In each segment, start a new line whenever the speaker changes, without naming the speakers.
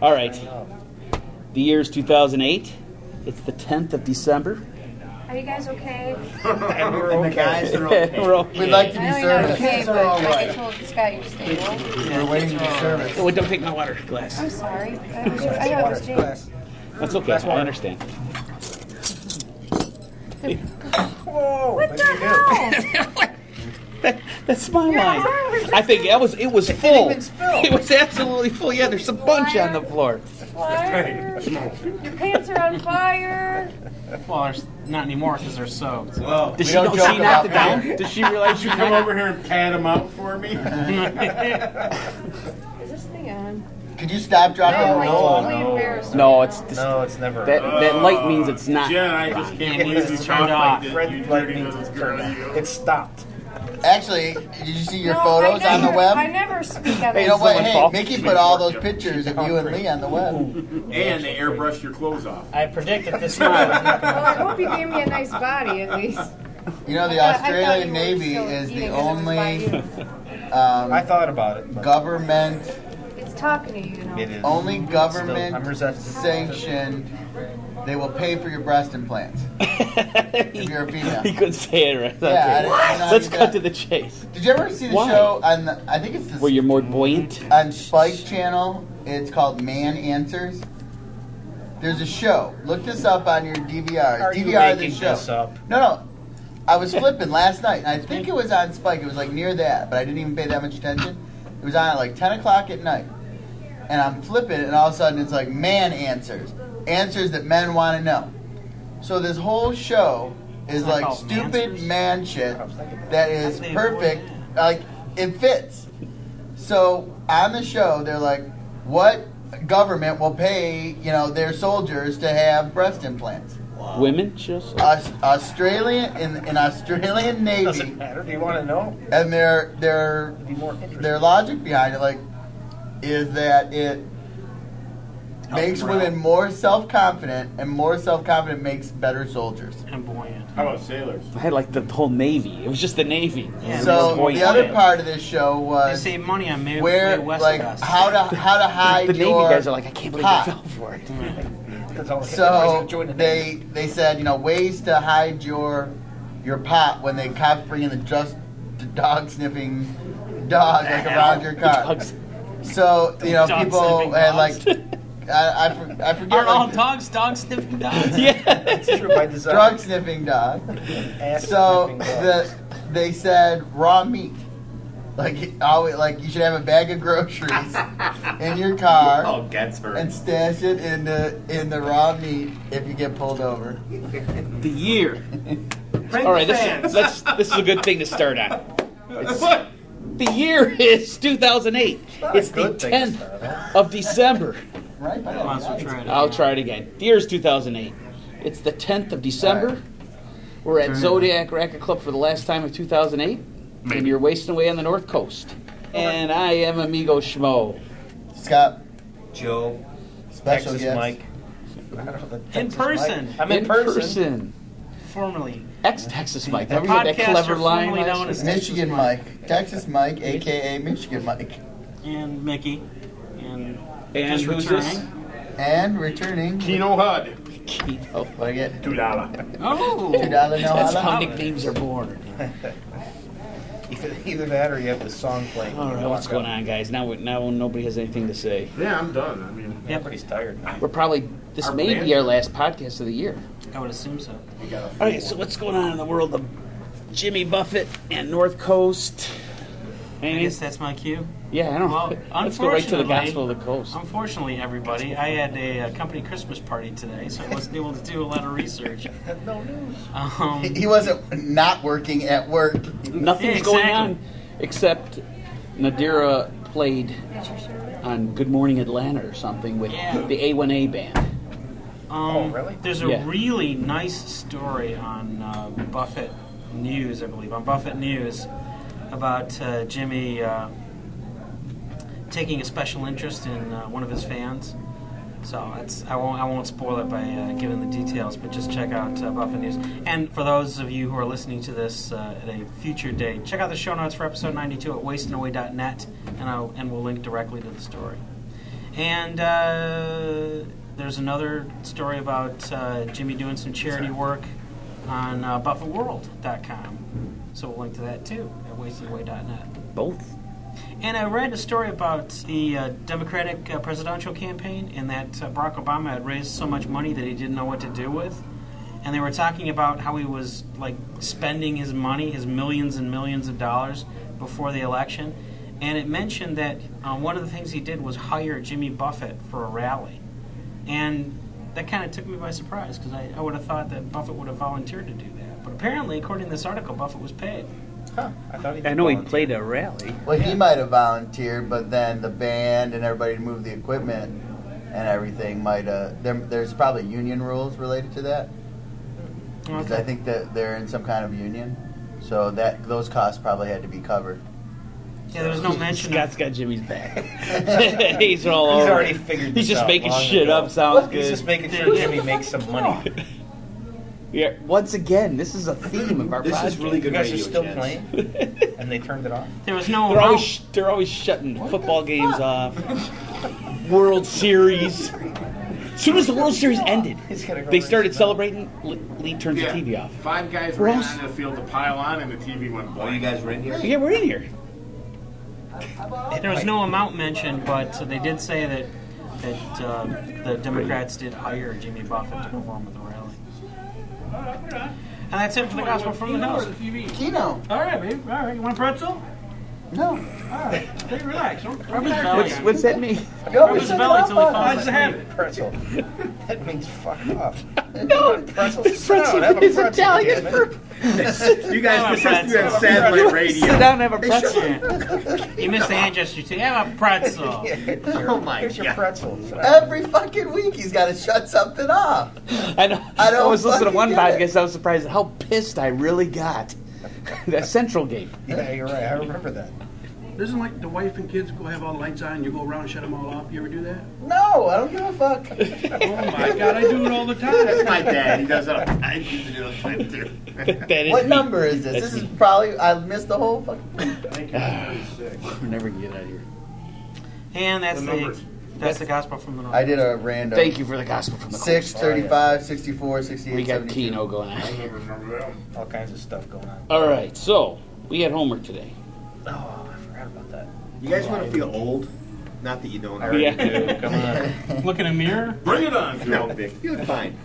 All right. The year is 2008. It's the 10th of December.
Are you guys okay?
And we're okay.
The guys are okay.
We're okay.
We'd like to
I
be
know you're not
serviced.
okay,
Kids
but
are all
like I
right.
told Scott, you're stable.
We're waiting to be serviced.
Oh, wait, don't take my water glass.
I'm sorry. I was- I thought it was James.
That's okay. I understand.
What the hell?
That, that's my line.
arm was
I think that was it was full.
even spill.
It was absolutely full. Yeah, there's a bunch on the floor.
Fire. Your pants are on fire.
Well, there's not anymore because they're soaked.
Well,
Does she,
don't
know-
joke
she knocked
about
it down? Does she realize
Did you
you
come over here and pat him out for me?
Is this thing on?
Could you stop, drop,
I'm
and
like
roll?
totally embarrassed.
No, it's just,
No, it's never.
that that light means it's not.
Jen, I just can't believe you
It's
talk
turned
like
off.
this.
Red
You
light
dirty
means
little
it's
girl. you.
It stopped.
Actually, did you see your
No, I
photos on the
never-
web?
I never speak on
You know
this.
what?
someone's
Hey,
fault.
Mickey put all those pictures of you and Lee on the web.
And they airbrushed your clothes off.
I predicted this one.
Well, I hope you gave me a nice body at least.
You know, the
I thought- I thought you
Australian
were
Navy
still
is the
eating 'cause it was by
only
you.
um,
I thought about it. But
government,
It's talking to you, you know.
it is
only
Still, I'm
government
resisting.
sanctioned. They will pay for your breast implants. If you're a female.
he couldn't say it right.
Yeah, I
Okay.
didn't- What? no,
Let's
you
cut
got-
to the chase.
Did you ever see the
Why?
show on? The, I think it's the
Where you're more buoyant.
on Spike Channel. It's called Man Answers. There's a show. Look this up on your DVR.
Are you
DVR
making
this show.
this up?
No, no. I was flipping last night, and I think it was on Spike. It was like near that, but I didn't even pay that much attention. It was on at like 10 o'clock at night, and I'm flipping, and all of a sudden it's like Man Answers, answers that men want to know. So this whole show is like
called
stupid
Mansers?
man shit that is
think-
perfect. Like it fits. So on the show, they're like, "What government will pay you know their soldiers to have breast implants?"
Women just
Aus- Australian in an
Doesn't
Australian Navy,
matter. Do you want to know?
and their their
It'd be more interesting.
their logic behind it, like, is that it makes
them out.
women more self confident, and more self confident makes better soldiers.
I'm buoyant.
How about sailors?
I had like the whole navy. It was just the navy.
Yeah,
It was
so
buoyant.
the other part of this show
They
was
save money on May,
where,
May West
like,
Coast.
how to how to hide
the navy
your
guys are like, I can't believe
Hot.
I fell for it.
That's all-
So
everybody's gonna join the Navy.
they they said you know ways to hide your your pot when they cops bringing the just the dog sniffing dog like around your car.
Dogs.
So you know
Dog
people
sniffing
had like
dogs.
I I, for- I forget
Aren't all
like,
dogs dogs sniffing dogs?
Yeah.
It's true by
the
design.
drug sniffing dog.
Ass
So
sniffing dog.
the they said raw meat. Like always, like you should have a bag of groceries in your car.
Oh, Gatsby.
and stash it in the in the raw meat if you get pulled over.
The year. All right, this, let's, this is a good thing to start on.
What?
The year is 2008. It's the
Good thing it's
10th
not, huh?
of December.
Right? By the
Let's
way,
try it.
I'll try it again. The year is 2008. It's the 10th of December. We're at Zodiac Racket Club for the last time of 2008. And you're wasting away on the North Coast. And I am Amigo Schmo.
Scott,
Joe,
special
Texas
guest.
Mike. I don't know the
In
Texas
person,
Mike. I'm in, person.
formerly.
Ex Texas Mike.
The
Ever hear that
podcaster
clever line?
formerly
last
known
year?
as-
Michigan
Texas
Mike.
Mike.
Texas Mike, aka Michigan Mike.
and Mickey, and,
And
just
who's
returning.
this?
And returning,
Keno HUD.
Oh,
what I get?
Two dollar.
Two
Oh,
dollar no
that's how
holla?
nicknames are born.
Either, either that or you have the song playing.
All right, what's going on, guys? Now, we- now nobody has anything to say.
Yeah, I'm done. I mean,
Everybody's tired now.
We're probably this
Our
may
band-
be our last podcast of the year.
I would assume so.
we got a
All right, so what's going on in the world of Jimmy Buffett and North Coast?
I
And
guess that's my cue.
yeah, I don't.
Well,
let's go right to the
unfortunately-
Gospel of the Coast.
Unfortunately, everybody, I had a, uh company Christmas party today, so I wasn't able to do a lot of research.
No news.
Um,
He wasn't not working at work.
Nothing's
Yeah,
going
exactly.
on except Nadira played
That's your shirt.
on Good Morning Atlanta or something with
Yeah.
the A1A band.
Um,
Oh, really?
There's a
Yeah.
really nice story on uh, Buffett News, I believe, on Buffett News about uh, Jimmy uh, taking a special interest in uh, one of his fans. So it's, I won't I won't spoil it by uh, giving the details, but just check out uh, Buffett News. And for those of you who are listening to this uh, at a future date, check out the show notes for episode 92 at wastingaway.net, and I'll, and we'll link directly to the story. And uh, there's another story about uh, Jimmy doing some charity work on uh, BuffettWorld.com. So we'll link to that too at wastedaway.net.
Both.
And I read a story about the uh, Democratic uh, presidential campaign and that uh, Barack Obama had raised so much money that he didn't know what to do with. And they were talking about how he was like spending his money, his millions and millions of dollars before the election. And it mentioned that uh, one of the things he did was hire Jimmy Buffett for a rally. And that kind of took me by surprise because I, I would have thought that Buffett would have volunteered to do that. But apparently, according to this article, Buffett was paid.
Huh. I thought he.
I know he
volunteered.
played a rally.
Well, he might have volunteered, but then the band and everybody to move the equipment and everything might. Uh, there, there's probably union rules related to that because I think that they're in some kind of union, so that those costs probably had to be covered.
Yeah, there was no mention of
Scott's got Jimmy's back. he's all
He's
over
already
it.
figured.
Oh. He's
this
just
out
making
long
shit
ago.
up. Sounds
He's
good.
just making sure Jimmy makes some money.
Yeah, once again, this is a theme of our
This
podcast.
is really
You
good
guys are
radio,
still
gents.
playing, and they turned it off.
There was no
They're always
amount.
sh- they're always shutting football games off. World Series. As soon as the World Series ended,
He's gonna go
they
raise
started
his
celebrating. Le- Lee turns
Yeah.
the TV off.
Five guys
We're
ran
all-
onto the field to pile on, and the TV went
Oh,
blank.
you guys were in here.
Yeah, we're in here.
There was no amount mentioned, but uh, they did say that that uh, the Democrats did hire Jimmy Buffett to perform at the rally. And that's it for the gospel from the house.
Kino,
All right, babe. All right, you want a pretzel?
no,
Hey, relax. Don't
What's, what's that mean?
no, we
his
shut
belly
it
till he
up
falls
on
asleep.
us.
Pretzel. That means fuck off.
No,
Pretzel.
pretzel
Have a
is
pretzel,
Italian.
damn it.
You guys, this
Oh,
is you have
friends.
satellite
Sit
radio.
down and have a pretzel.
You missed the hand gesture too. Have a pretzel.
Yeah, here's your-
Oh my
here's your
God.
pretzel.
Every fucking week he's got to shut something off.
I know.
I
I,
don't
was listening to
fucking
one
get it.
podcast. I was surprised at how pissed I really got. that Central game.
Yeah, you're right. I remember that.
Doesn't like the wife and kids go have all the lights on, you go around and shut them all off? You ever do that?
No, I don't give a fuck.
Oh my god, I do it all the time.
My dad, he does that. I used to do it too.
That is
What
me.
number is this?
That's
This is
me.
probably I missed the whole fucking.
We'll never get out of here.
And that's
The
the
numbers.
that's the gospel from the north.
I did a random.
Thank you for the gospel from the
Six,
coast.
35, 64, 68,
We got
72.
Keno going on.
All kinds of stuff going on.
All right, so we had homework today.
Oh, I forgot about that.
You guys want to feel old? Not that you don't.
I already
Yeah.
do. Come on.
Look in a mirror.
Bring it on,
No,
Joe.
Vic, you look fine.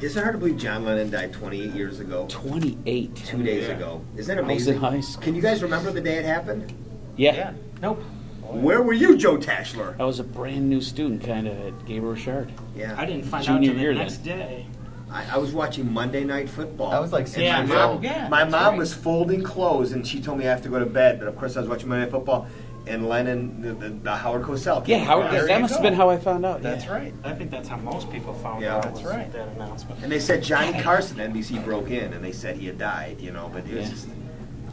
Is it hard to believe John Lennon died 28 years ago,
Twenty-eight.
two days
Yeah.
ago? Isn't that
I was
amazing?
in high school.
Can you guys remember the day it happened?
Yeah.
Yeah.
Nope.
Where were you, Joe Tashler?
Oh, I was a brand new student, kind of at Gabriel Richard.
I
Yeah,
didn't find
Junior
out
year
till the
then.
next day.
I, I was watching Monday Night Football.
I was like six
and my
years
mom,
old.
Yeah,
my
that's
mom
right.
was folding clothes, and she told me I have to go to bed. But of course, I was watching Monday Night Football, and Lennon, the, the, the Howard Cosell.
Yeah,
came
Howard.
across.
There
that
you
must have
go.
been how I found out.
That's
yeah.
right.
I think that's how most people found
Yeah,
out.
that's
was
right.
That announcement.
And they said Johnny Carson, NBC broke in, and they said he had died. You know, but it was
Yeah.
just.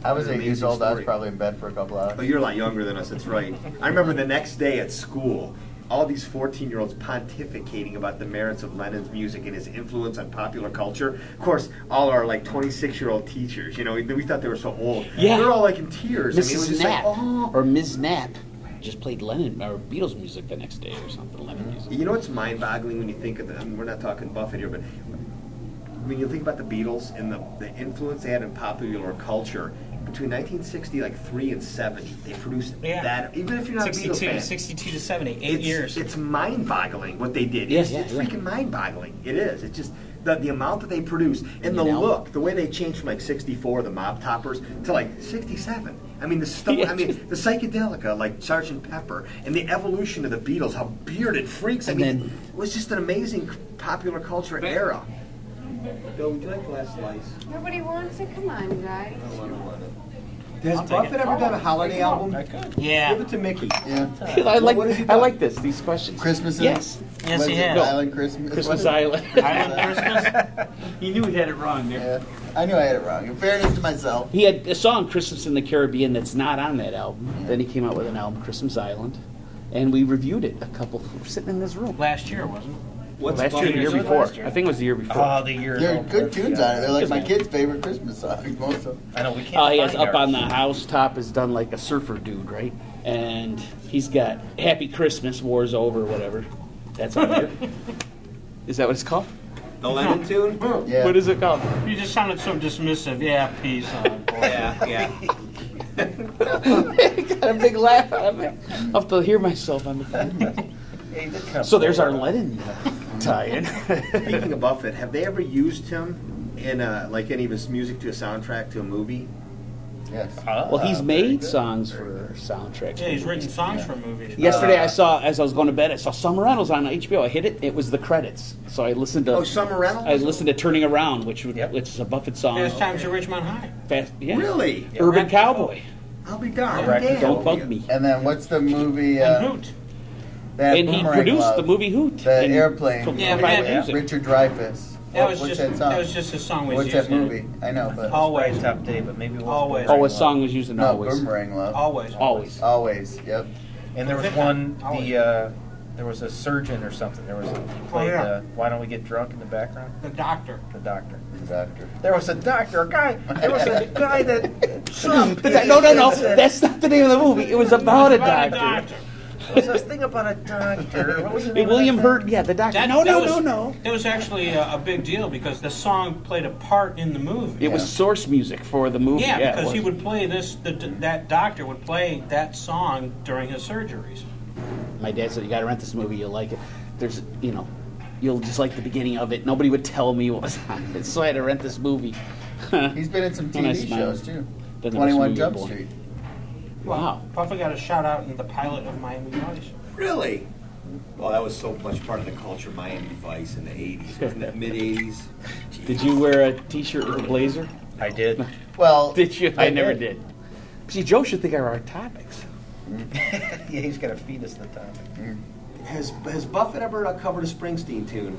I was eight years
Amazing
old. I was
story.
probably in bed for a couple
Oh,
hours.
you're a lot younger than us, that's right. I remember the next day at school, all these 14 year olds pontificating about the merits of Lennon's music and his influence on popular culture. Of course, all our like 26 year old teachers, you know, we, we thought they were so old.
Yeah.
They're all like in tears. I mean, it
Mrs.
was just
Knapp
like, oh.
or Ms. Knapp just played Lennon or Beatles music the next day or something. Lennon music.
You know what's mind boggling when you think of the, I mean, we're not talking Buffett here, but when you think about the Beatles and the, the influence they had in popular culture, between 1960, like 3 and 70, they produced
Yeah.
that, even if you're not a Beatles
62,
fan.
62 to 70, eight
it's,
years.
It's mind-boggling what they did.
Yeah,
it's
yeah,
it's
yeah.
freaking mind-boggling. It is. It's just the, the amount that they produce and the
You know?
look, the way they changed from like '64, the mob toppers, to like '67. I mean the stuff.
Yeah.
I mean the psychedelica, like Sergeant Pepper, and the evolution of the Beatles. How bearded freaks. I
And
mean,
then-
it was just an amazing popular culture era. Bill, would you like the last slice?
Nobody wants it? Come on, guys.
Has
take Buffett it. ever done a
holiday album?
yeah.
it to Mickey.
Yeah.
I like
what has he
I
done?
like this these questions.
Christmas.
Yes.
Yes, he has.
Island Christmas.
Christmas
What is
Island.
Island Christmas. you knew he had it wrong
it?
there.
Yeah. I knew I had it wrong. In fairness to myself,
He had a song Christmas in the Caribbean that's not on that album. Then he came out with an album Christmas Island, and we reviewed it. A couple we were sitting in this room
Last year, wasn't it?
What's
last year, the year
year?
before.
Last year.
I think it was the year before.
Ah,
Oh, the year.
there are
ago.
good tunes on it. They're like my
Yeah.
kids' favorite Christmas songs. Most of them.
I know we can't.
Oh, he has
find
up on the
ours.
housetop is done like a surfer dude, right? and he's got Happy Christmas, War's Over, whatever. That's on there. Is that what it's called?
The Lennon tune?
Yeah.
What is it called?
You just sounded so dismissive. Yeah, peace. Uh, boy.
Yeah, yeah.
got a big laugh out of it. I'll have to hear myself on the phone. So there's our Lennon tie-in.
Speaking of Buffett, have they ever used him in uh, like any of his music to a soundtrack to a movie?
Yes.
Well, he's made songs for soundtracks.
yeah, he's written songs for movies.
Yesterday, I saw as I was going to bed, I saw Summer Reynolds on HBO. I hit it; it was the credits. So I listened to
Oh, Summer Reynolds?
I listened to "Turning Around," which would,
Yep.
which is a Buffett song.
There's times at Richmond High.
Fast- yeah.
Really?
Urban Cowboy.
I'll be darned.
Right.
Damn.
Don't bug me.
And then what's the movie?
And
Uh,
Hoot.
that
And he
Boomerang
produced
Club?
the movie Hoot.
The
and
airplane.
took
Yeah,
the
but
right
that-
music.
Richard Dreyfuss.
That
What-
was
what's
just
that song?
was just a song we
what's
used
that
in it.
movie? I know, but
Always,
Top day, but maybe it was
Always.
Boomerang
Oh, a
Love.
song was used in
no,
Always.
Boomerang Love.
always.
Always.
Always. Yep.
And there was one, the, uh, there was a surgeon or something. There was, he played
yeah.
the, Why Don't We Get Drunk in the background?
The doctor.
The doctor.
The doctor.
There was a doctor, a guy, there was a guy that, Trump.
But that- no, no, no. That's not the name of the movie. It was about a doctor.
There was this thing about a doctor. What was the
Hey,
name of
William
that
Hurt. Yeah, the doctor.
That,
No,
that
no,
was,
no, no.
That was actually a, a big deal because the song played a part in the movie.
It was source music for the movie.
yeah,
it
because
was.
he would play this. The, that doctor would play that song during his surgeries.
My dad said, "You got to rent this movie. You'll like it. There's, you know, you'll just like the beginning of it. Nobody would tell me what was on it, so I had to rent this movie."
He's been in some
When I
TV
smile.
shows too.
Then there was
21
Movie
Jump
Boy.
Street.
Wow.
Puffa got a shout out in the pilot of Miami Vice.
Really? Well, that was so much part of the culture, Miami Vice in the 80s, wasn't it? Mid 80s.
Did you wear a T-shirt with a blazer?
one? I did.
Well,
Did you? I, never did. See, Joe should think of our topics.
Yeah, he's got a fetus at the time.
Has, has Buffett ever uh, covered a Springsteen tune?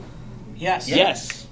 Yes.
Yes.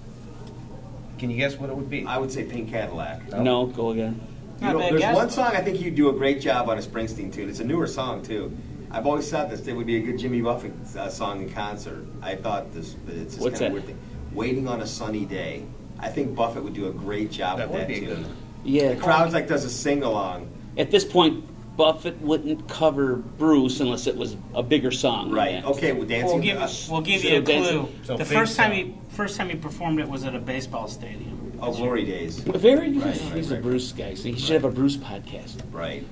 Can you guess what it would be?
I would say Pink Cadillac. You
No, go again.
Not
know,
bad
there's
guess,
one
though.
song I think you do a great job on a Springsteen tune. It's a newer song, too. I've always thought this it would be a good Jimmy Buffett uh, song in concert. I thought this, but it's this
What's
kind
that?
of weird thing. Waiting on a Sunny Day. I think Buffett would do a great job
That
with
would
that
be a
tune.
good one.
The
Yeah.
crowd's like does a sing along.
At this point, Buffett wouldn't cover Bruce unless it was a bigger song. than
Right.
that.
Okay, well, dancing.
We'll give,
uh,
we'll give
so
you a
dancing-
clue.
so
the
big
first time he
song.
first time he performed it was at a baseball stadium.
Oh, glory days.
Very good.
Right,
He's
right,
a
right.
Bruce guy. So he should have a Bruce podcast.
Right.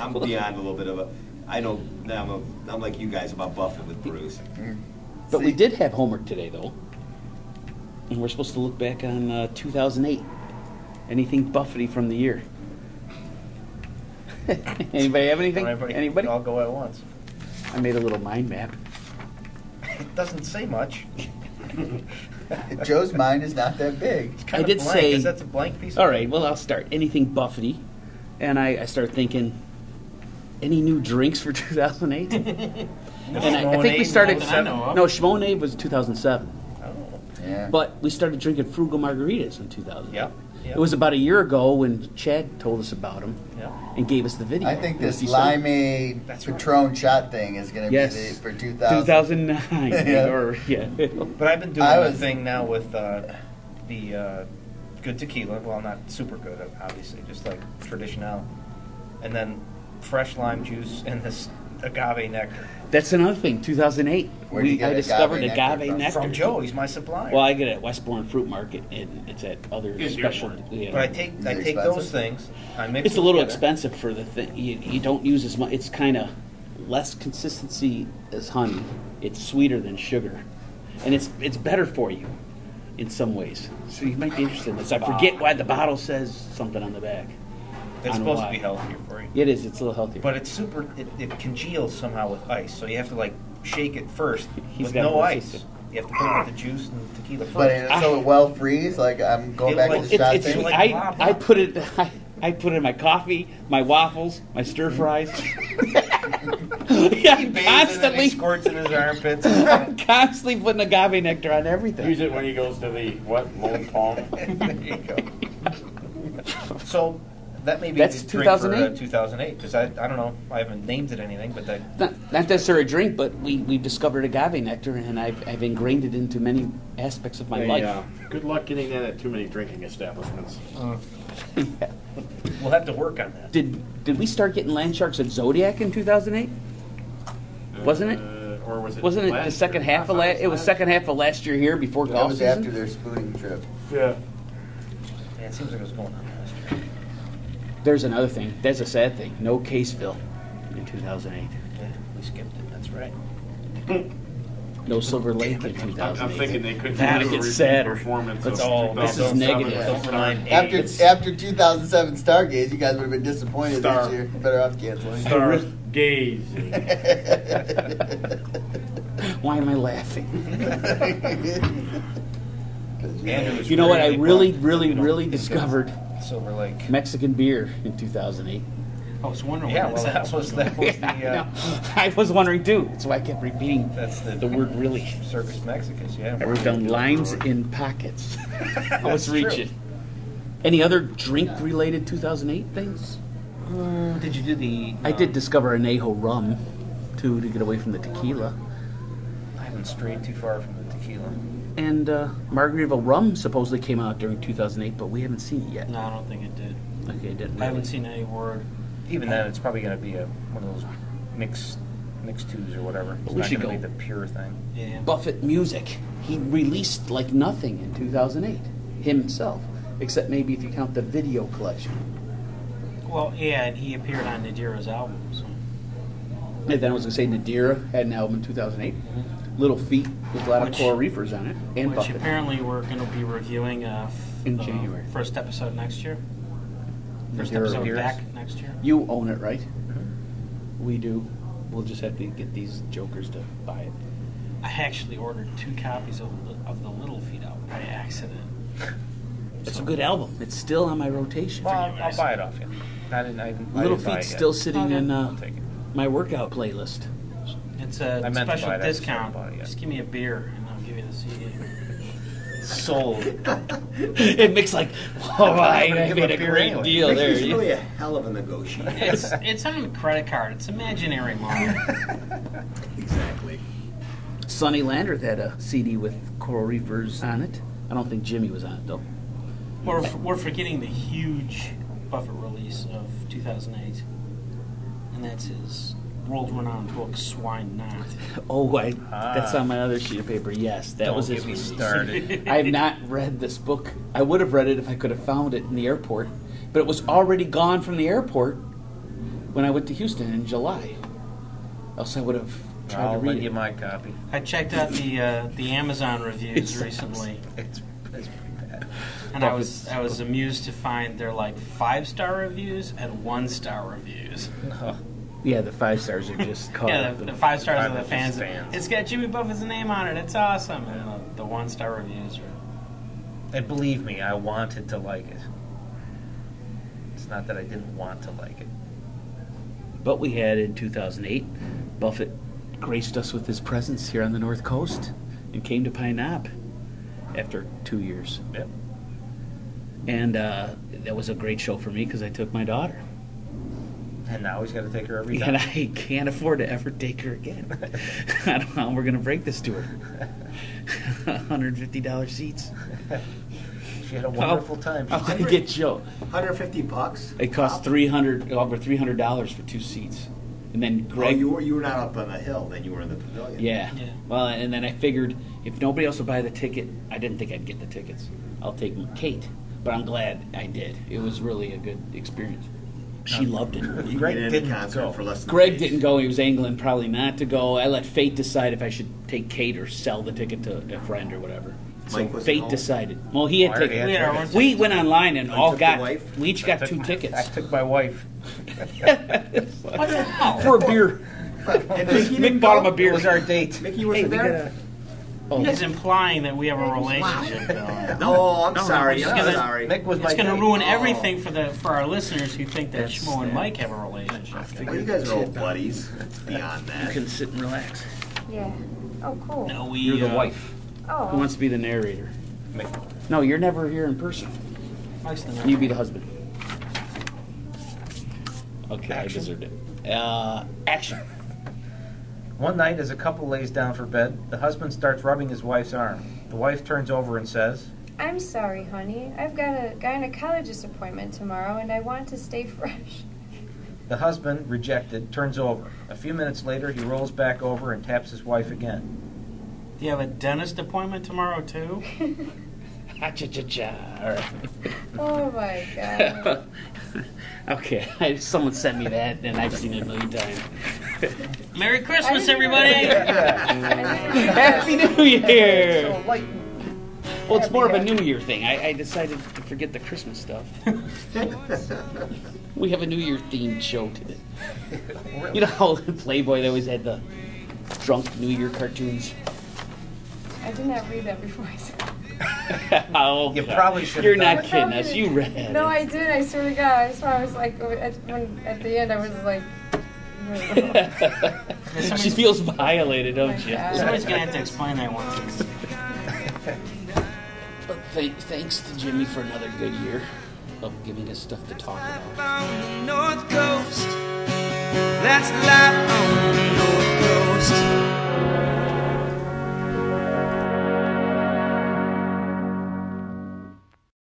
I'm beyond a little bit of a. I know that I'm, a, I'm like you guys about Buffett with Bruce.
But we did have homework today, though. And we're supposed to look back on uh, 2008. Anything Buffety from the year? Anybody have anything?
Everybody-
Anybody?
I'll go at once.
I made a little mind map.
It doesn't say much.
Joe's mind is not that big.
It's
I
kind of
did
blank.
say-
Is that a blank piece?
All right, well, I'll start. Anything Buffety. And I, I start thinking, any new drinks for 2008? and I, I think we
Schmonaid
started.
was I know of.
No, Schmonade was 2007.
Oh,
Yeah.
But we started drinking frugal margaritas in 2000.
yeah. yeah.
It was about a year ago when Chad told us about them
Yeah.
and gave us the video.
I think
It was
this
December-
limeade
That's right.
Patron shot thing is going to
Yes.
be the, for 2000.
2009.
Yeah.
Or, yeah.
But I've been doing
I
a
was-
thing now with uh, the uh, good tequila. Well, not super good, obviously, just like traditional, and then fresh lime juice and this agave nectar
That's another thing. 2008.
Where do you
we-
get
I
agave
discovered agave
nectar
nectar.
from?
from Joe. He's my supplier.
Well, I get it at Westbourne Fruit Market, and it's at other
It's
special. yeah.
but I take
Is it
I take
expensive?
those things. I mix.
It's a little
them together.
expensive for the thing. You, you don't use as much. It's kind of less consistency as honey. It's sweeter than sugar, and it's it's better for you in some ways. So you might be interested in this. I forget why the bottle says something on the back.
It's
on
supposed
why.
to be healthier for you.
It is. It's a little healthier.
But it's super. It, it congeals somehow with ice, so you have to like shake it first
He's
with
got a
no
whole
ice.
system.
You have to put it with the juice and the tequila first.
But it, so it well freeze. Like I'm going
It
back
like-
to the
It's,
shot
it's,
thing.
like
I,
Bob.
I put it I, I put it in my coffee, my waffles, my stir fries. yeah,
he
I'm
bathes in it and he
constantly,
squirts in his armpits.
I'm constantly putting agave nectar on everything.
Use it when he goes to the what? Lone Palm.
There you go. So, That may be
That's
the drink for, uh,
2008?
2008 because I, I don't know. I haven't named it anything, but that
Not, not necessarily a drink, but we, we've discovered agave nectar, and I've, I've ingrained it into many aspects of my
Hey,
life.
uh, good luck getting that at too many drinking establishments.
we'll have to work on that.
Did did we start getting land sharks at Zodiac in 2008? Wasn't it?
Uh, or was it?
Wasn't it the
last
second
year?
half of last? It was second half of last year here before
That
golf
was
season.
after their spooning trip.
Yeah.
Yeah, it seems like it was going on last year.
There's another thing. There's a sad thing. No Caseville in 2008.
Yeah, we skipped it. That's right.
No Silver Lake in
I'm, I'm
2008.
thinking they couldn't
That
do a
gets
repeat
sadder.
performance.
That's
of
all. This is
2007
negative.
Don't remind me.
After
It's-
after 2007 Stargaze, you guys would have been disappointed
Star.
this year. Better off canceling.
Stars gazing.
Why am I laughing?
Andrew was
You know what? I really,
bummed.
really,
You know,
really
he's
discovered
got Silver Lake.
Mexican beer in 2008.
I was wondering
Yeah,
what
well, that
that
was that was the
I
uh,
know. I was wondering too. That's why I kept repeating
that's the
the word really.
circus Mexicans. Yeah,
I wrote down lines in pockets. I
That's
was
true.
reaching. Any other drink-related 2008 things? Uh,
Did you do the?
I did discover añejo rum, too, to get away from the tequila.
I haven't strayed too far from the tequila.
And uh, Margaritaville rum supposedly came out during 2008, but we haven't seen it yet.
No, I don't think it did.
Okay, it didn't.
I haven't
Really.
seen any word.
Even then, it's probably going to be a one of those mixed mixed twos or whatever. It's
We
not
should
gonna
go.
be the pure thing.
Yeah.
Buffett music. He released like nothing in 2008 himself, except maybe if you count the video collection.
Well, yeah, and he appeared on Nadira's album. So.
And then I was gonna say Nadira had an album in 2008, Little Feet with a lot of
Which-
coral reefers on it, and
Which
Buffett.
apparently we're going to be reviewing uh, f-
In
the
January.
First episode next year. First
Nadira
episode
Reefers.
back next year.
You own it, right? We do. We'll just have to get these jokers to buy it.
I actually ordered two copies of the, of the Little Feet album by accident.
It's a good album. It's still on my rotation.
Well,
you,
I'll, I'll
guys.
buy it off you. I didn't. I didn't I
Little
didn't buy
Feet's
it yet.
still sitting
Okay.
in uh,
I'll take it.
my workout playlist.
It's a
I meant to
special
buy it, I just
discount.
haven't bought it yet.
Just give me a beer and I'll give you the CD.
Sold.
it makes like, oh, I,
gonna
I
give
made
a
a
beer
great
anyway.
deal there.
He's really a hell of a negotiator.
it's it's on a credit card. It's imaginary money.
exactly.
Sonny Landreth had a CD with coral reefers on it. I don't think Jimmy was on it though.
we're, f- we're forgetting the huge Buffett release of 2008, and that's his world-renowned book Swine Not.
Oh, I, that's on my other sheet of paper. Yes, that
Don't
was his
get me
release.
started.
I have not read this book. I would have read it if I could have found it in the airport, but it was already gone from the airport when I went to Houston in July. Else, I would have tried
I'll
to read
lend
it.
you my copy.
I checked out the uh, the Amazon reviews recently,
It's, it's pretty bad.
and I was I was amused to find they're like five-star reviews and one-star reviews.
yeah, the five stars are just caught
Yeah,
up.
the, the five stars
Five
are the
of the
fans.
fans.
It's got Jimmy Buffett's name on it. It's awesome. And the, the one-star reviews are.
And believe me, I wanted to like it. It's not that I didn't want to like it.
But we had in 2008, Buffett graced us with his presence here on the North Coast and came to Pine Knob after two years.
Yep.
And uh, that was a great show for me because I took my daughter.
And now he's got to take her every
And
time.
I can't afford to ever take her again. I don't know how we're going to break this to her. $150 seats.
she had a wonderful time.
How can I get Joe?
150 bucks.
It cost 300 over $300 for two seats. And then
Well,
Greg.
Oh, you were you were not up on the hill, then you were in the pavilion.
Yeah.
Yeah.
Well, and then I figured if nobody else would buy the ticket, I didn't think I'd get the tickets. I'll take Kate, but I'm glad I did. It was really a good experience. She loved it.
Greg
You Greg get in
didn't
a concert
go.
for less than
Greg
a
didn't go. He was angling probably not to go. I let fate decide if I should take Kate or sell the ticket to a friend or whatever. So
Mike wasn't
fate
home?
decided. Well, he had
Why are they
taken.
We
We,
had our own
went online and
Oh,
I
all
took the
got.
wife.
We each
I
got
took
two
my-
tickets
I took my wife.
What the hell?
for a beer.
And Mickey
Mick
didn't
bought him
go?
a beer.
It was our date.
Mickey wasn't
we
there.
He's implying that we have a relationship going.
No, Oh, I'm sorry.
just
I'm
gonna-
sorry.
Mick was my
It's going to
date.
ruin
Oh.
everything for the for our listeners who think that
That's
Schmo and
sad.
Mike have a relationship.
Well, you guys are old buddies. It's beyond that.
Can sit and relax.
Yeah. Oh, cool.
No, we,
You're the
uh,
wife.
Who
Oh.
wants to be the narrator?
Mick.
No, you're never here in person.
Mike's the
You
number.
be the husband. Okay, I deserved it. Uh, action.
One night, as a couple lays down for bed, the husband starts rubbing his wife's arm. The wife turns over and says,
I'm sorry, honey. I've got a gynecologist appointment tomorrow and I want to stay fresh.
The husband, rejected, turns over. A few minutes later, he rolls back over and taps his wife again.
Do you have a dentist appointment tomorrow too?
Ah, cha cha cha. All right.
Oh my god.
okay, I, someone sent me that, and I've seen it a million times.
Merry Christmas,
I didn't
everybody!
Happy New Year!
Like,
Well, it's more of a New Year thing. I, I decided to forget the Christmas stuff. we have a New Year themed show today. You know how in Playboy they always had the drunk New Year cartoons?
I did not read that before I said
oh,
You
God.
probably should have
You're
done
not
it.
kidding us. You read it.
No, I did. I swear to God. I swear I was like, at, when, at the end, I was like,
she feels violated, don't
my
you?
God.
Somebody's gonna have to explain that one to us.
But th- thanks to Jimmy for another good year of giving us stuff to talk about.
on the North Coast. That's life on the North